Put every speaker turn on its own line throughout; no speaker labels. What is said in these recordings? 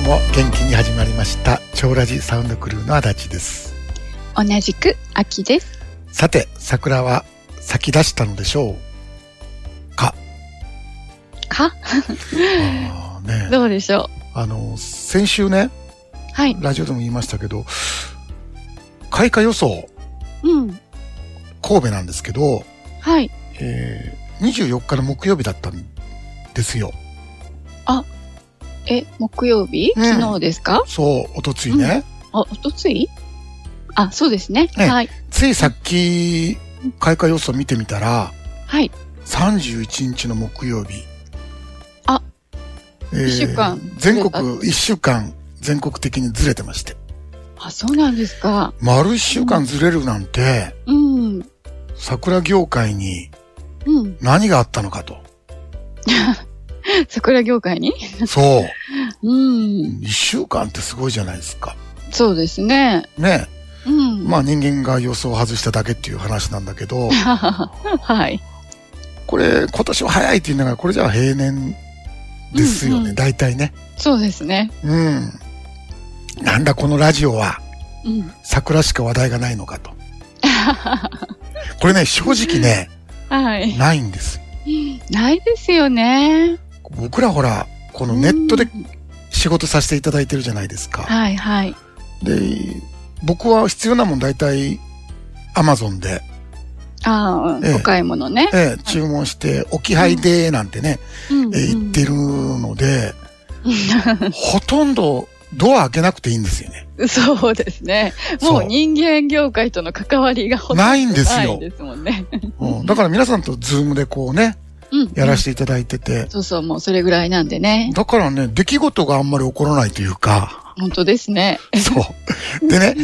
も元気に始まりました超ラジサウンドクルーの足立です
同じく秋です。
さて桜は咲き出したのでしょう
か
あーね
どうでしょ
あの先週ね
うはい。
ラジオでも言いましたけど開花予想
うん。
神戸なんですけど、
はい。
えー、24日の木曜日だったんですよ
え、木曜日、
うん
昨日ですか
そうおとついね、
あ、おとついあ、そうですね。
ね
はい。
ついさっき開花予想見てみたら
はい。
31日の木曜日。
あ、
えー
一週間
全
ず
国、一週間、全国的にずれてまして。
あ、そうなんですか。
丸一週間ずれるなんて、
うん。
桜業界に
うん。
何があったのかと。
桜業界に
そう。
うん。
一週間ってすごいじゃないですか。
そうですね。
ね
うん。
まあ人間が予想を外しただけっていう話なんだけど、
はい。
これ今年は早いって言いながら、これじゃあ平年ですよね。
うんうん
大体ね。
そうですね。
うん。なんだこのラジオは。
うん。
桜しか話題がないのかと。これね、正直ね、
はい。
ないんです。
ないですよね。
僕らほら、このネットで仕事させていただいてるじゃないですか。
はいはい。
で、僕は必要なもん大体、アマゾンで、
ああ、
ええ
お買い物ね。
ええ注文して、置き配で、なんてね、
うん
ええ言ってるので、ほとんどドア開けなくていいんですよね。
そうですね。も
そう
う人間業界との関わりがほとんど
ないんです
な
よ
い。ですもんね。
うんだから皆さんとズームでこうね、
うん
やらせていただいてて、
そうそう、もうそれぐらいなんでね。
だからね、出来事があんまり起こらないというか、
本当ですね。
そう。でね、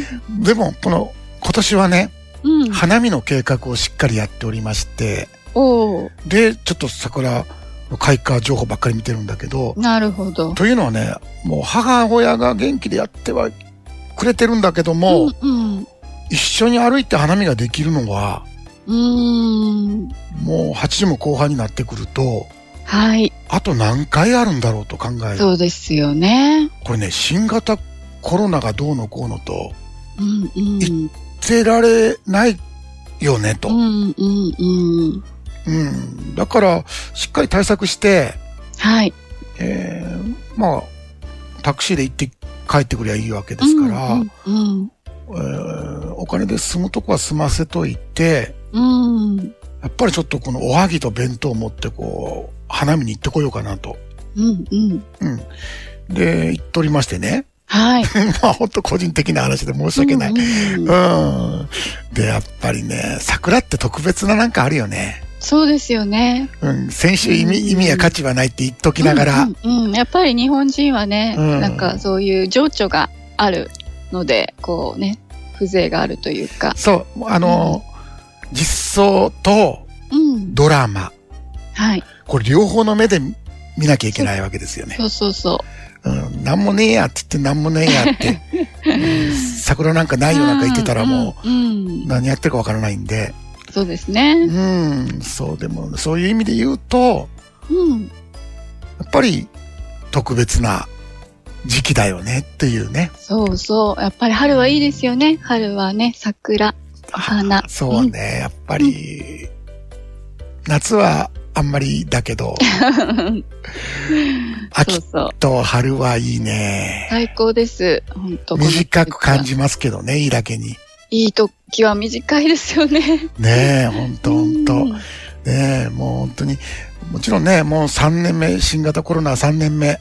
でも、この、今年はね、
うん。
花見の計画をしっかりやっておりまして、
おお
で、ちょっと桜の開花情報ばっかり見てるんだけど、
なるほど。
というのはね、もう母親が元気でやってはくれてるんだけども、
うん、うん。
一緒に歩いて花見ができるのは、
うーん。
もう8時も後半になってくると、
はい。あ
あと何回あるんだろうと考える。
そうですよね。
これね、新型コロナがどうのこうのと、
うん、うん。
捨てられないよねと。
うん、うん、うん。
うん、だから、しっかり対策して、
はい。
えーまあ、タクシーで行って帰ってくりゃいいわけですから、
うん、うん
えーお金で済むとこは済ませといて、
うん。うん。
やっぱりちょっとこのおはぎと弁当を持ってこう、花見に行ってこようかなと。
うん、うん。
うん。で、行っておりましてね。
はい。
まあ、ほんと個人的な話で申し訳ない。
うんうん
うん。で、やっぱりね、桜って特別ななんかあるよね。
そうですよね。
うん。先週意味、意味や価値はないって言っときながら、
うんうんうんやっぱり日本人はね、
うん
なんかそういう情緒があるのでこうね風情があるというか、
そう、あの、実装と
うん、
ドラマ。
はい
これ両方の目で見見なきゃいけないわけですよね。
そうそうそう
うん、なんもねえやって言ってなんもねえやって。うん桜なんかないよなんか言ってたらも
うんうんうん
う何やってるかわからないんで。
そうです
う
ね、
ん、そうでも、そういう意味で言うと、
うん、
やっぱり特別な時期だよねっていうね。
そうそうやっぱり春はいいですよね春はね桜お花
そうね、やっぱり、夏はあんまりだけ ど、
そ
秋
うそう
と春はいいね。
最高です本当
短く感じますけどね、いいだけに。
いい時は短いですよね
ねえ、ほんとほんと。
うん
ねえ、もう本当に。もちろんね、もう3年目、新型コロナ3年目、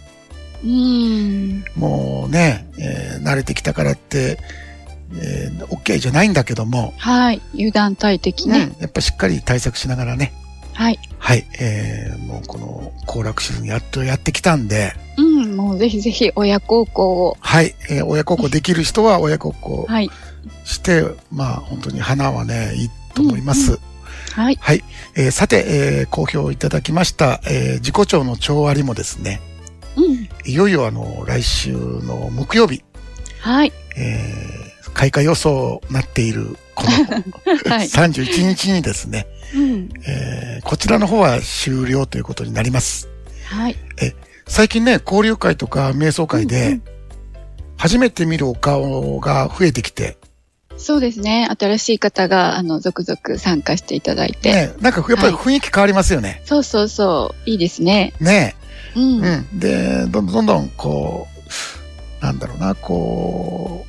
うん
もうね、えー慣れてきたからって、えー、OK じゃないんだけども、
はい油断大敵ね、
うんやっぱしっかり対策しながらね、
はい
はい、えー、もうこの行楽シーズンやっとやってきたんで、
うんもうぜひぜひ親孝行を
はい、えー親孝行できる人は親孝行
はい
して、まあ本当に花はね、いいと思います。
はい
はい。えーさて、えー好評いただきました、えー自己調の調割りもですね、
うん
いよいよあの、来週の木曜日、
はい。
えー開花予想になっている、この
はい。
31日にですね、
うん。
えーこちらの方は終了ということになります。
はい。
最近ね、交流会とか瞑想会
うんう
で
ん、
初めて見るお顔が増えてきて、
そうですね。新しい方が、あの、続々参加していただいて。
ね、なんかやっぱり雰囲気変わりますよね。
そうそうそう。いいですね。
ね。
うん。
うん。で、どんどんどんどん、こう、なんだろうな、こ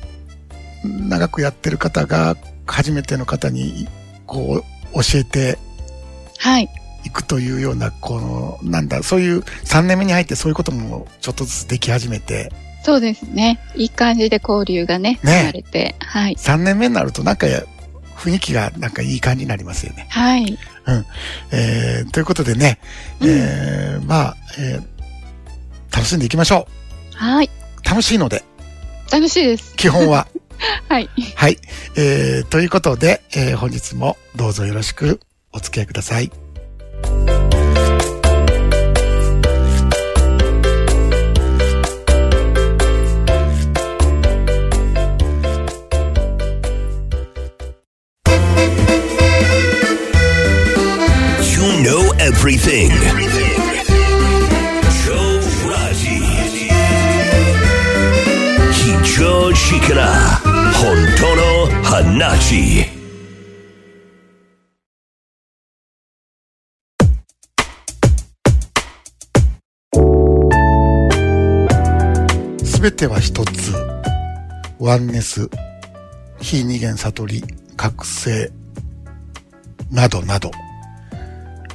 う、長くやってる方が、初めての方に、こう、教えて
はい。
いくというような、この、なんだ、そういう、3年目に入ってそういうこともちょっとずつでき始めて、
そうですね。いい感じで交流がね、
ね
生まれて。はい。
3年目になるとなんか、雰囲気がなんかいい感じになりますよね。
はい。
えー、ということでね、えー、まあ、えー、楽しんでいきましょ
はい。
う。楽しいので、
楽しいです。
基本は。
はい。
はい。えー、ということで、えー本日もどうぞよろしくお付き合いください。
You know everything. Joe Raji. Kicho Shikara. Hontono Hanachi.
すべては一つ。ワンネス、非二元悟り、覚醒、などなど。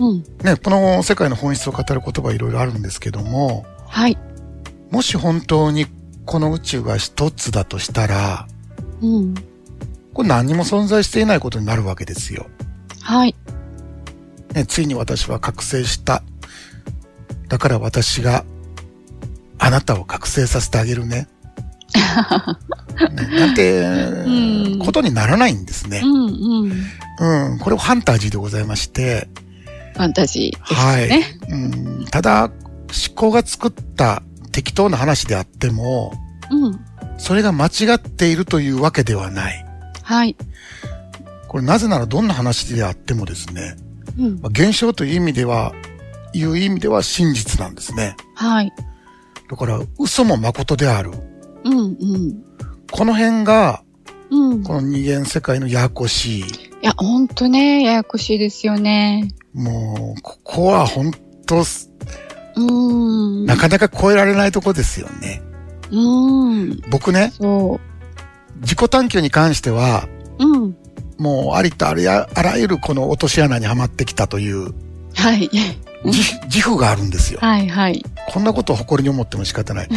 うん。
ね、この世界の本質を語る言葉いろいろあるんですけども、
はい。
もし本当にこの宇宙が一つだとしたら、
うん。
これ何も存在していないことになるわけですよ。
はい。
ね、ついに私は覚醒した。だから私があなたを覚醒させてあげる ね。ねなん
ん
て、ことにならないんですね
う。んうん。フ
うん。これファンタジーでございまして。
ァンタジーです
はい。
ね。
うん、ただ、思考が作った適当な話であっても、
うん。
それが間違っているというわけではない。
はい。
これなぜならどんな話であってもですね、
うん。
まあ現象という意味では、いう意味では真実なんですね。
はい。
だから、嘘も誠である。
うんうん。
この辺が、
うん。
この二元世界のややこしい。
いや、ほんとね、ややこしいですよね。
もう、ここは本当、
うーん。
なかなか超えられないとこですよね。
うーん。
僕ね、
そ
自己探求に関しては、
う。うん。
もうありとあらゆあらゆるこの落とし穴にはまってきたという
はい。
自自負があるんですよ。
はいはい。
こんなことを誇りに思っても仕方ない。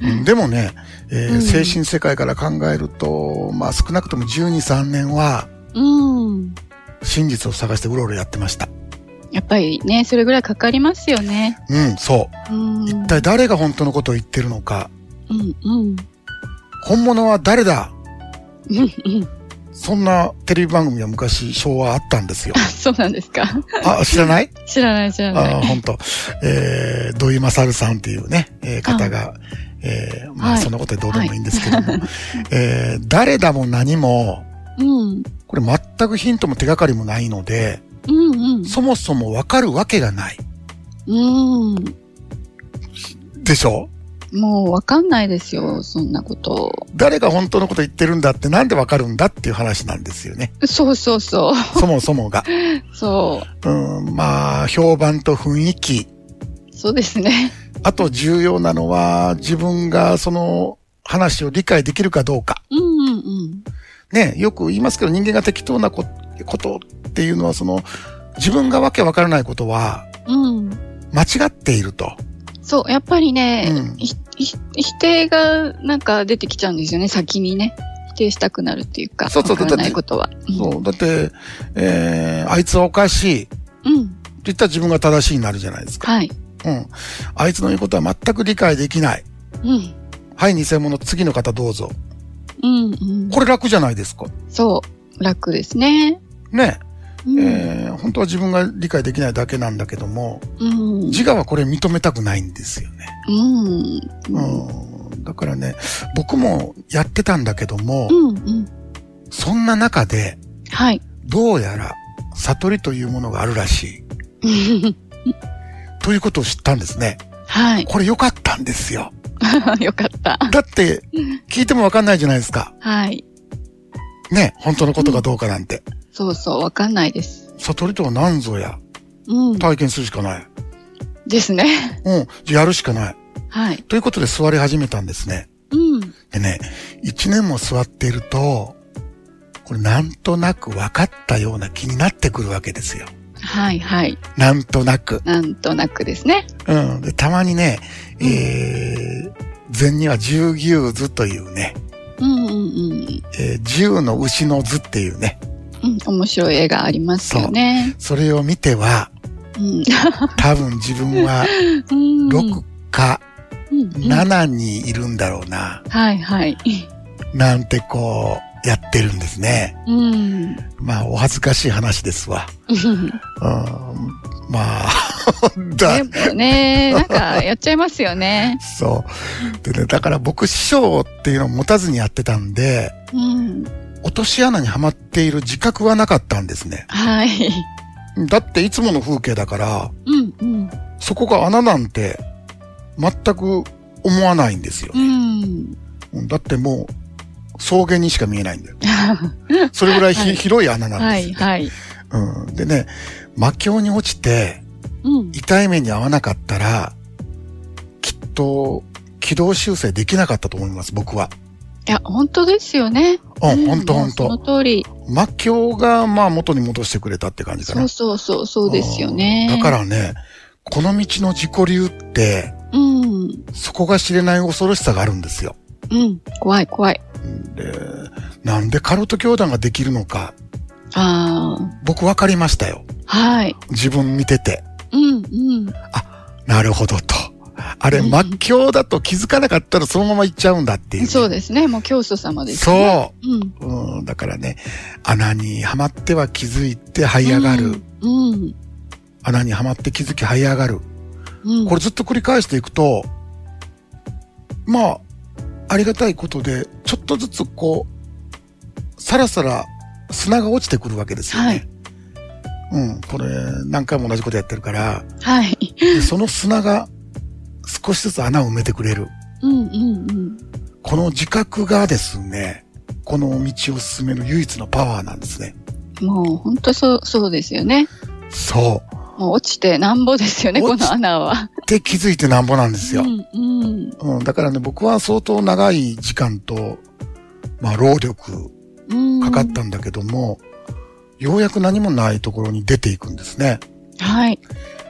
うんでもね、えー
うん
精神世界から考えると、まあ少なくとも12、3年は
うん。
真実を探してうろうろやってました。
やっぱりね、それぐらいかかりますよね。
うん、そう。
うん。
一体誰が本当のことを言ってるのか、
うんうん。
本物は誰だ
うんうん。
そんなテレビ番組は昔昭和あったんですよ
あ、。そうなんですか。
あ、知ら ない
知らない知らな
あ
い。
本当。えー、土井勝さんっていうね、えー方が、えー、まあ
はい
そんなことはどうでもいいんですけども、 えー、誰だも何も、
うん。
これ全くヒントも手がかりもないので、
うんうん。
そもそもわかるわけがない。
うん。
でしょ
もうわかんないですよ、そんなこと。
誰が本当のこと言ってるんだってなんでわかるんだっていう話なんですよ ね。
そうそうそ
そもそもが。
う。そ
うん、まあ、評判と雰囲気。
う。そうですね。
あと重要なのは、自分がその話を理解できるかどうか。
うんうんうん。
ね、よく言いますけど、人間が適当なこことっていうのは、その、自分がわけわからないことは、
うん。
間違っていると。
そう、やっぱりね、
うん
ひひ否定がなんか出てきちゃうんですよね、先にね。否定したくなるっていうか、
そうそう
わからないことは。
そう。だって、えー、あいつはおかしい。って
うん。うん。
言ったら自分が正しいになるじゃないですか。
はい。
うん。あいつの言うことは全く理解できない。
うん。
はい、偽物、次の方どうぞ。
うん、うん。
これ楽じゃないですか。
そう、楽ですね。
ね。
うん。
えー、本当は自分が理解できないだけなんだけども、
うん。
自我はこれ認めたくないんですよね。
うん。うん。
うん。だからね、僕もやってたんだけども、
うん。うん。
そんな中で、
はい。
どうやら、悟りというものがあるらしい。ということを知ったんですね。
はい。
これ良かったんですよ。
よかった。
だって、聞いてもわかんないじゃないですか。
はい。
ね、本当のことがどうかなんて。
そうそう、わかんないです。
悟りとは何ぞや。
うん。
体験するしかない。
ですね。
うん、じゃあやるしかない。
はい。
ということで座り始めたんですね。
うん。
でね、一年も座っていると、これなんとなく分かったような気になってくるわけですよ。
はいはい。
なんとなく。
なんとなくですね。
うん。で、たまにね、えー、禅には十牛図というね、
うんうんうん。
えー、十の牛の図っていうね、
うん、面白い絵がありますよね。
それを見ては、
うん。
多分自分は
うん
6か
うんうん
7にいるんだろうな、
はいはい。
なんてこう、やってるんですね。
うん。
まあ、お恥ずかしい話ですわ。うん、まあ、 だ
で、も ね、なんかやっちゃいますよね。
そう。でね、だから僕師匠っていうのを持たずにやってたんで、
うん。
落とし穴にはまっている自覚はなかったんですね。
はい。
だっていつもの風景だから、
うんうん。
そこが穴なんて全く思わないんですよ
う。ん。
だってもう草原にしか見えない んだよ。それぐらいひ、
はい
広い穴なん
は
です
い
よ、
はい。
うん。でね、魔境に落ちて
うん。
痛い目に遭わなかったら、きっと軌道修正できなかったと思います、僕は。
いや、本当ですよね。
うん、ほんとほん
もう
と。
その通り。
魔境がまあ元に戻してくれたって感じか
そ
な
う。そうそう、そうですよね。
うんだからね、この道の自己流って、
うん。
そこが知れない恐ろしさがあるんですよ。
うん。怖い怖い。
で、なんでカルト教団ができるのか、
あ
僕分かりましたよ。
あ。はい。
自分見てて。
うんうん。
なるほどと。あれ、
うん
魔境だと気づかなかったらそのまま行っちゃうんだっていうね、
そうですね。もう教祖様ですね。。
そう
うん。
う。うん、だからね、穴にはまっては気づいて這い上がる。。
うん。
穴にはまって気づき這い上がる。
うん。
これずっと繰り返していくと、まあ、ありがたいことで、ちょっとずつこう、さらさら砂が落ちてくるわけですよね。
はい
うん、これ何回も同じことやってるから、
はい。
でその砂が少しずつ穴を埋めてくれる。
うんうんうん。
この自覚がですね、この道を進める唯一のパワーなんですね。
もう本当そう、そうですよね。
そ
もう落ちてなんぼですよね、こ
落ち
の穴は。
う。って気づいてなんぼなんですよ。
うんうん。
うん、だからね、僕は相当長い時間と、まあ、労力
うん。
かかったんだけども、ようやく何もないところに出ていくんですね。
はい。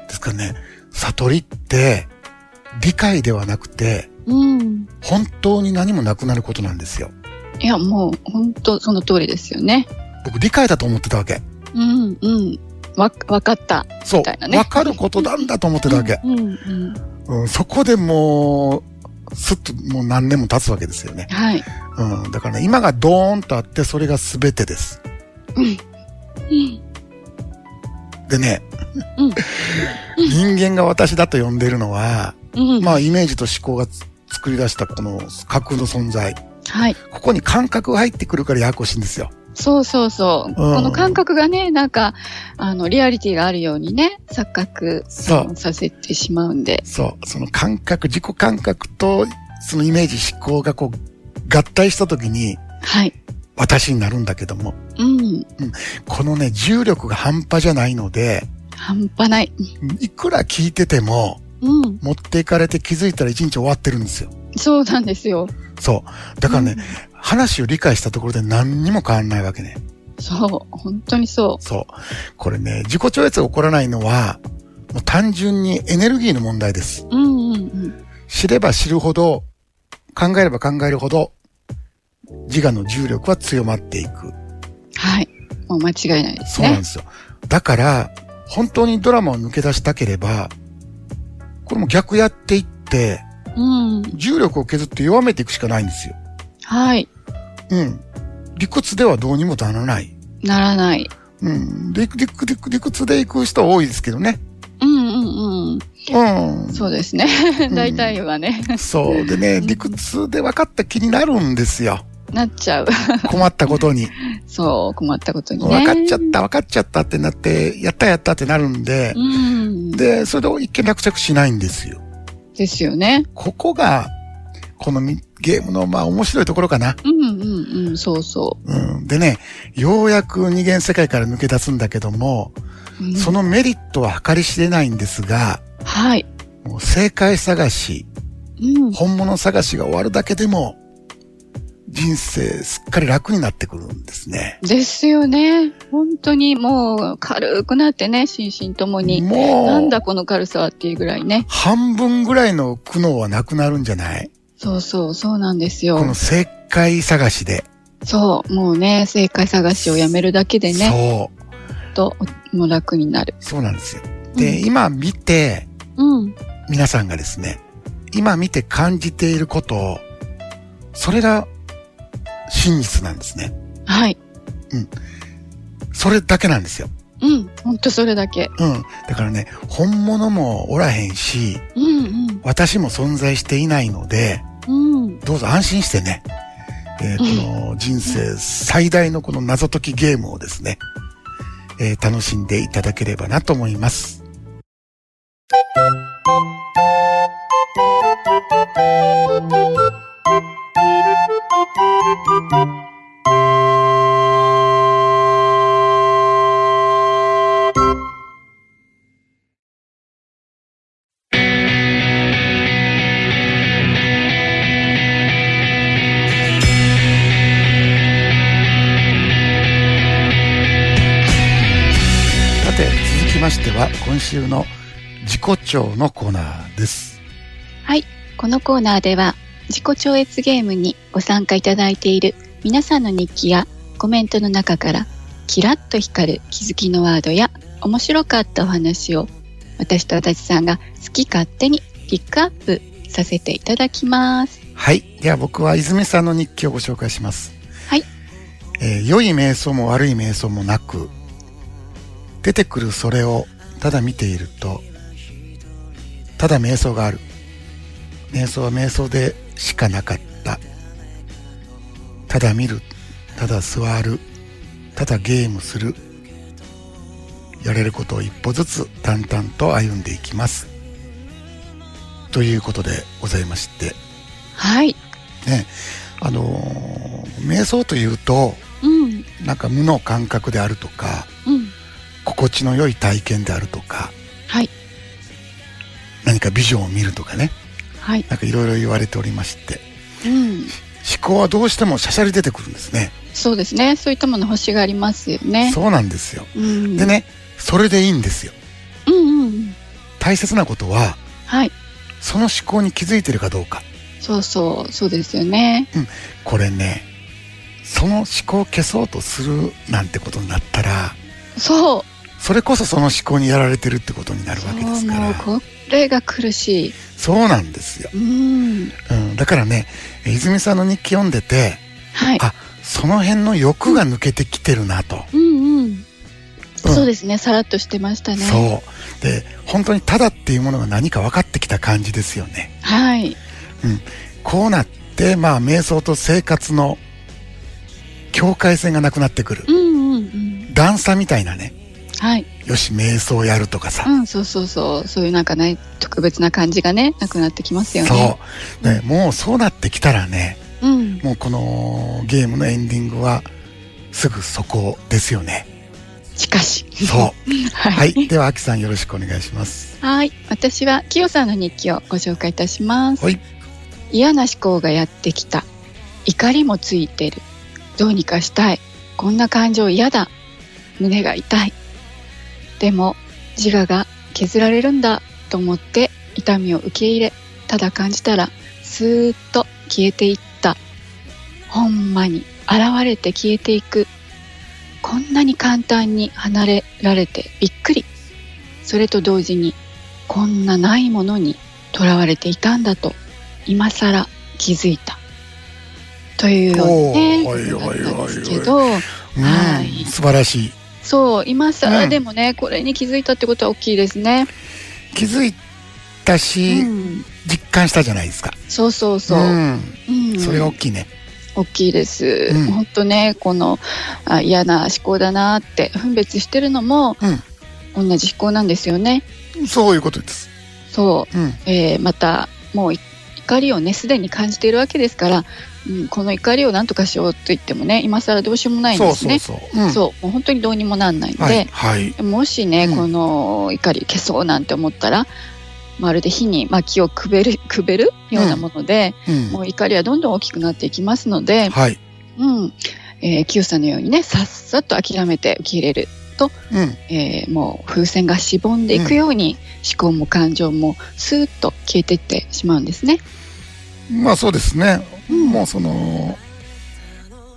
ですからね、悟りって、理解ではなくて、
うん。
本当に何もなくなることなんですよ。
いや、もう本当その通りですよね。
僕理解だと思ってたわけ。
うんうん。わ、わかった。
そう
みたいな。ね
わ、かることなんだと思ってたわけ。
うんうん。
うん、そこでもう、すっともう何年も経つわけですよね。
はい。
うん。だからね、今がドーンとあって、それが全てです。でね、
うん
人間が私だと呼んでいるのは、
うん。
まあ、イメージと思考がつ作り出したこの架空の存在。
はい。
ここに感覚が入ってくるからややこしいんですよ。
そうそうそう。この感覚がね、なんか、あの、リアリティがあるようにね、錯覚
そう
させてしまうんで。
そう。その感覚、自己感覚と、そのイメージ、思考がこう、合体した時に、
はい。
私になるんだけども、
うん。
このね、重力が半端じゃないので、
半端ない。
いくら聞いてても、
うん。
持っていかれて気づいたら一日終わってるんですよ。
そうなんですよ。
そう。だからね、話を理解したところで何にも変わんないわけね。
うん。そう。本当にそ
そう。これね、自己超越が起こらないのは、もう単純にエネルギーの問題です。
う。うんうんうん。
知れば知るほど、考えれば考えるほど、自我の重力は強まっていく。
はい。もう間違いないです
そうなん
ね
で。すよ。だから、本当にドラマを抜け出したければ、これも逆やっていって、
うん。
重力を削って弱めていくしかないんですよ。
はい。
うん。理屈ではどうにもならない。
ならない。
うん。理理理理屈で行く人多いですけどね。
うんうんうん。
うん。
そうですね。大体はね、
そうでね、理屈で分かった気になるんですよ。
なっちゃう。
困ったことに。
そう、困ったことに
分
ね。
かっちゃった、分かっちゃったってなって、やったやったってなるんで
う、ん。
で、それで一見落着しないんですよ。
ですよね。
ここが、このみゲームの、まあ、面白いところかな。
うんうんうん、そうそ
うん。でね、ようやく二元世界から抜け出すんだけども、
う。うん
そのメリットは計り知れないんですが、
はい。
もう正解探し、
うん。
本物探しが終わるだけでも、人生すっかり楽になってくるんですね。
ですよね。本当にもう軽くなってね、心身ともに。
もう
なんだこの軽さはっていうぐらいね。
半分ぐらいの苦悩はなくなるんじゃない
そうそう、そうなんですよ
こ。の正解探しで。
そう、もうね、正解探しをやめるだけでね、
そう。
と、もう楽になる。
そうなんですよ。で、今見て、
うん。
皆さんがですね、今見て感じていることを、それが真実なんですね。
はい。
それだけなんですよ。
うん。ほんとそれだけ。
うん。だからね、本物もおらへんし、
うん
私も存在していないので、
うん。うん。
どうぞ安心してね、えーこの人生最大のこの謎解きゲームをですね、えー楽しんでいただければなと思います。さて、続きましては今週の自己調のコーナーです。
このコーナーでは、自己超越ゲームにご参加いただいている皆さんの日記やコメントの中から、キラッと光る気づきのワードや面白かったお話を、私と足立さんが好き勝手にピックアップさせていただきます。
はい。では僕は泉さんの日記をご紹介します。
はい。
えー良い瞑想も悪い瞑想もなく、出てくるそれをただ見ていると、ただ瞑想がある。瞑想は瞑想でしかなかった。ただ見る。ただ座る。ただゲームする。やれることを一歩ずつ淡々と歩んでいきます。ということでございまして、
はい。
ね、あのー瞑想というと
うん。
なんか無の感覚であるとか
うん。
心地の良い体験であるとか
はい。
何かビジョンを見るとかね
はい。
なんかいろいろ言われておりまして
うん。
思考はどうしてもしゃしゃり出てくるんですね
そうですね。そういったもの星がありますよね。
そうなんですよ
うん。
で。ねそれでいいんですよ
うんうんうん。
大切なことは
はい。
その思考に気づいてるかどうか
そうそう。そうですよね。
これねその思考を消そうとするなんてことになったら
そう。
それこそその思考にやられてるってことになる
そ
わけで
う
すか
もう
ら
これが苦しい。
そうなんですよ
うん。
うん、だからねえー泉さんの日記読んでて
はい。
あその辺の欲が抜けてきてるなと、
うんうん。そうですね。さらっとしてましたね。
そうで本当にただっていうものが何か分かってきた感じですよね
はい。
こうなってまあ瞑想と生活の境界線がなくなってくる
うんうんうん。
段差みたいなね
はい。
よし瞑想やるとかさ、
うん。そうそうそう。そういうなんかね、特別な感じがね、なくなってきますよね。
そう、ね、もうそうなってきたらね
う。うん。
もうこのゲームのエンディングはすぐそこですよね
しかし。
そう
は。
はいいではあきさんよろしくお願いします
はい。私は、きよさんの日記をご紹介いたします。
はい
嫌な思考がやってきた。怒りもついてる。どうにかしたい。こんな感情嫌だ。胸が痛い。でも、自我が削られるんだと思って痛みを受け入れ、ただ感じたら、スーッと消えていった。ほんまに現れて消えていく。こんなに簡単に離れられてびっくり。それと同時にこんなないものにとらわれていたんだと今更気づいたというようなね
おーはい
ことだったんですけど
うん
はい
素晴らしい
そう今
う
更
ん
でもね、これに気づいたってことは大きいですね、
気づいた
う
し、
ん、
実感したじゃないですか
そうそうそう、
ん
うん
それが大きいね、
大きいです、
うん
本当ねこのあ嫌な思考だなって分別してるのも、同じ思考なんですよね
そういうことです
そう
うん
えーまたもうい怒りをねすでに感じているわけですから、うん、この怒りを何とかしようと言ってもね今更どうしようもないん
そ
で
う
す
そう
ね
そう、うん、
そうもう本当にどうにもなんないんで、
はいはい
もしね、
うん
この怒り消そうなんて思ったらまるで火に薪をくべる くべるようなもので、
うん
もう怒りはどんどん大きくなっていきますので、
はい
うんえー、清さんのようにねさっさと諦めて受け入れる
うん
えーもう風船がしぼんでいくように、思考も感情もスーッと消えていってしまうんですね。
まあそうですね、
うん
もうその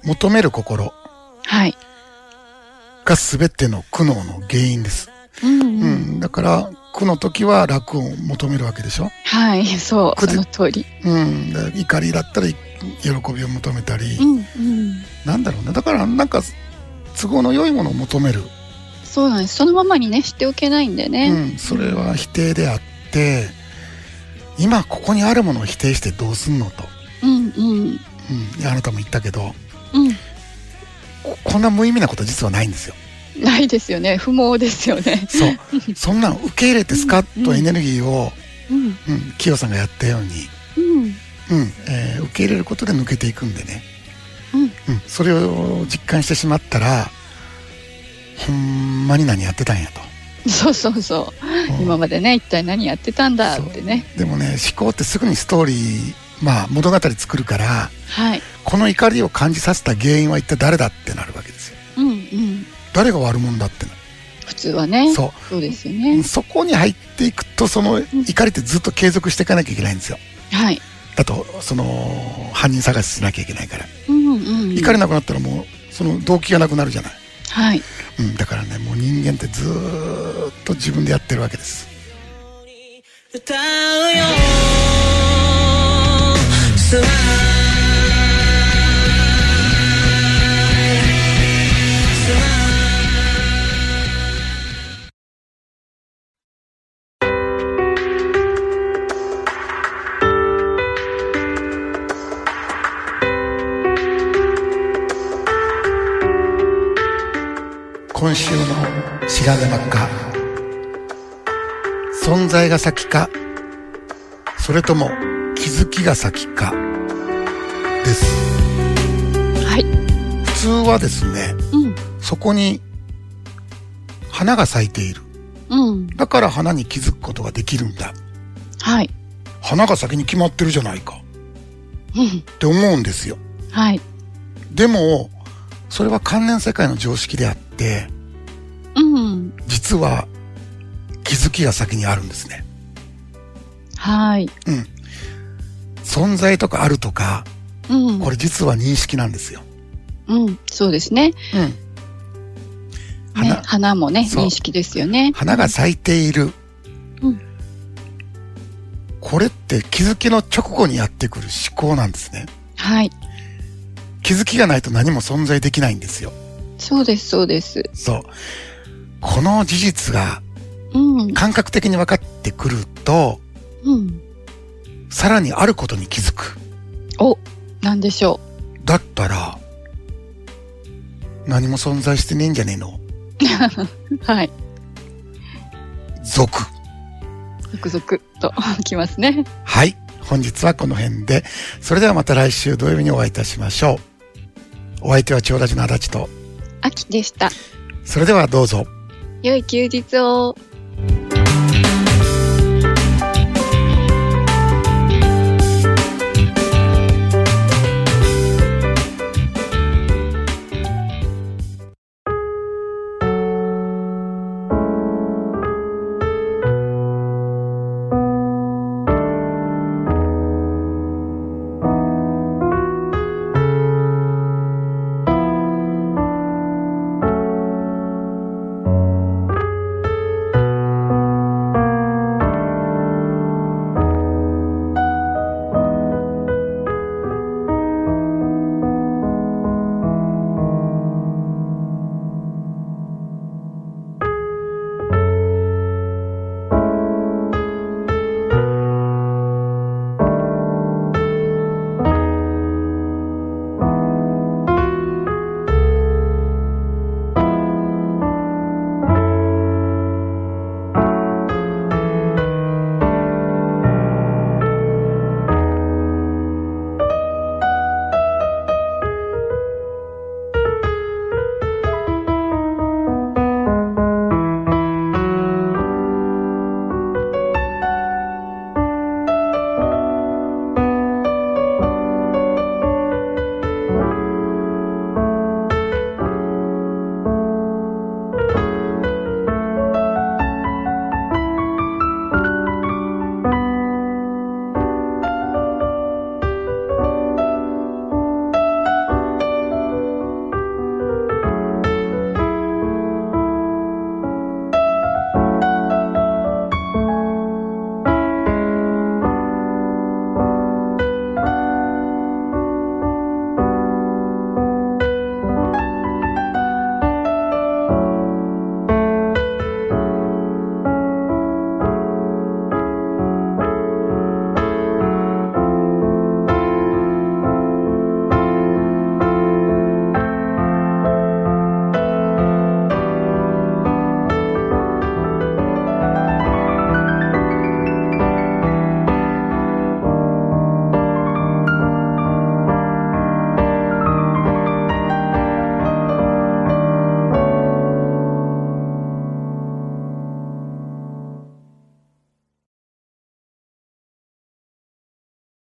求める心
はい。
が全ての苦悩の原因です、
うんう
うんんだから苦の時は楽を求めるわけでしょ、
はい、そう、
くず
その通り。
うん、だから怒りだったらい喜びを求めたり、
うんうん
なんだろうねだからなんか都合の良いものを求める、
そうなんです。そのままにね、知っておけないんで
う
ね。
ん、それは否定であって今ここにあるものを否定してどうすんのと、
うんうん
うん、あなたも言ったけど
うん。
ここんな無意味なことは実はないんですよ
ないですよね。不毛ですよね。
そう そんなん受け入れてスカッとエネルギーを、
うん
うん、キヨさんがやったように、
うん
うんえー受け入れることで抜けていくんでね、
うん
うん、それを実感してしまったらほんまに何やってたんやと、
そうそうそう。
うん
今までね、一体何やってたんだ
そう
ってね。
でもね思考ってすぐにストーリーまあ物語作るから
はい。
この怒りを感じさせた原因は一体誰だってなるわけですよ
うんうん。
誰が悪者だってなる
普通はね。
そ
そうですよ
う
ね。
そこに入っていくとその怒りってずっと継続していかなきゃいけないんですよ
はい。
だとその犯人探ししなきゃいけないから
うんうん。
怒りなくなったらもうその動機がなくなるじゃない、
はい。
うん、だからねもう人間ってずーっと自分でやってるわけです
歌うよスマイル
今週の「しがみまっか」存在が先かそれとも気づきが先かです
はい。
普通はですね
うん
そこに花が咲いている
うん。
だから花に気づくことができるんだ
はい。
花が先に決まってるじゃないか
うん
って思うんですよ
はい。
でもそれは関連世界の常識であって
うん。
実は気づきが先にあるんですね
はい。
存在とかあるとか
うん。
これ実は認識なんですよ、
うん。そうですね。ね
うん、花
花もね、
そう
認識ですよね。
花が咲いている、
うん
これって気づきの直後にやってくる思考なんですね
はい。
気づきがないと何も存在できないんですよ
そうです、そうです。
そうこの事実が
うん。
感覚的に分かってくると
うん。
さらにあることに気づく
お、なんでしょ
だったら何も存在してねえんじゃねえの
う。はい。
俗
続々ときますね。
はい本日はこの辺でそれではまた来週土曜日にお会いいたしましょうお相手は千代田寺の足立と
秋でした。
それではどうぞ
良い休日を。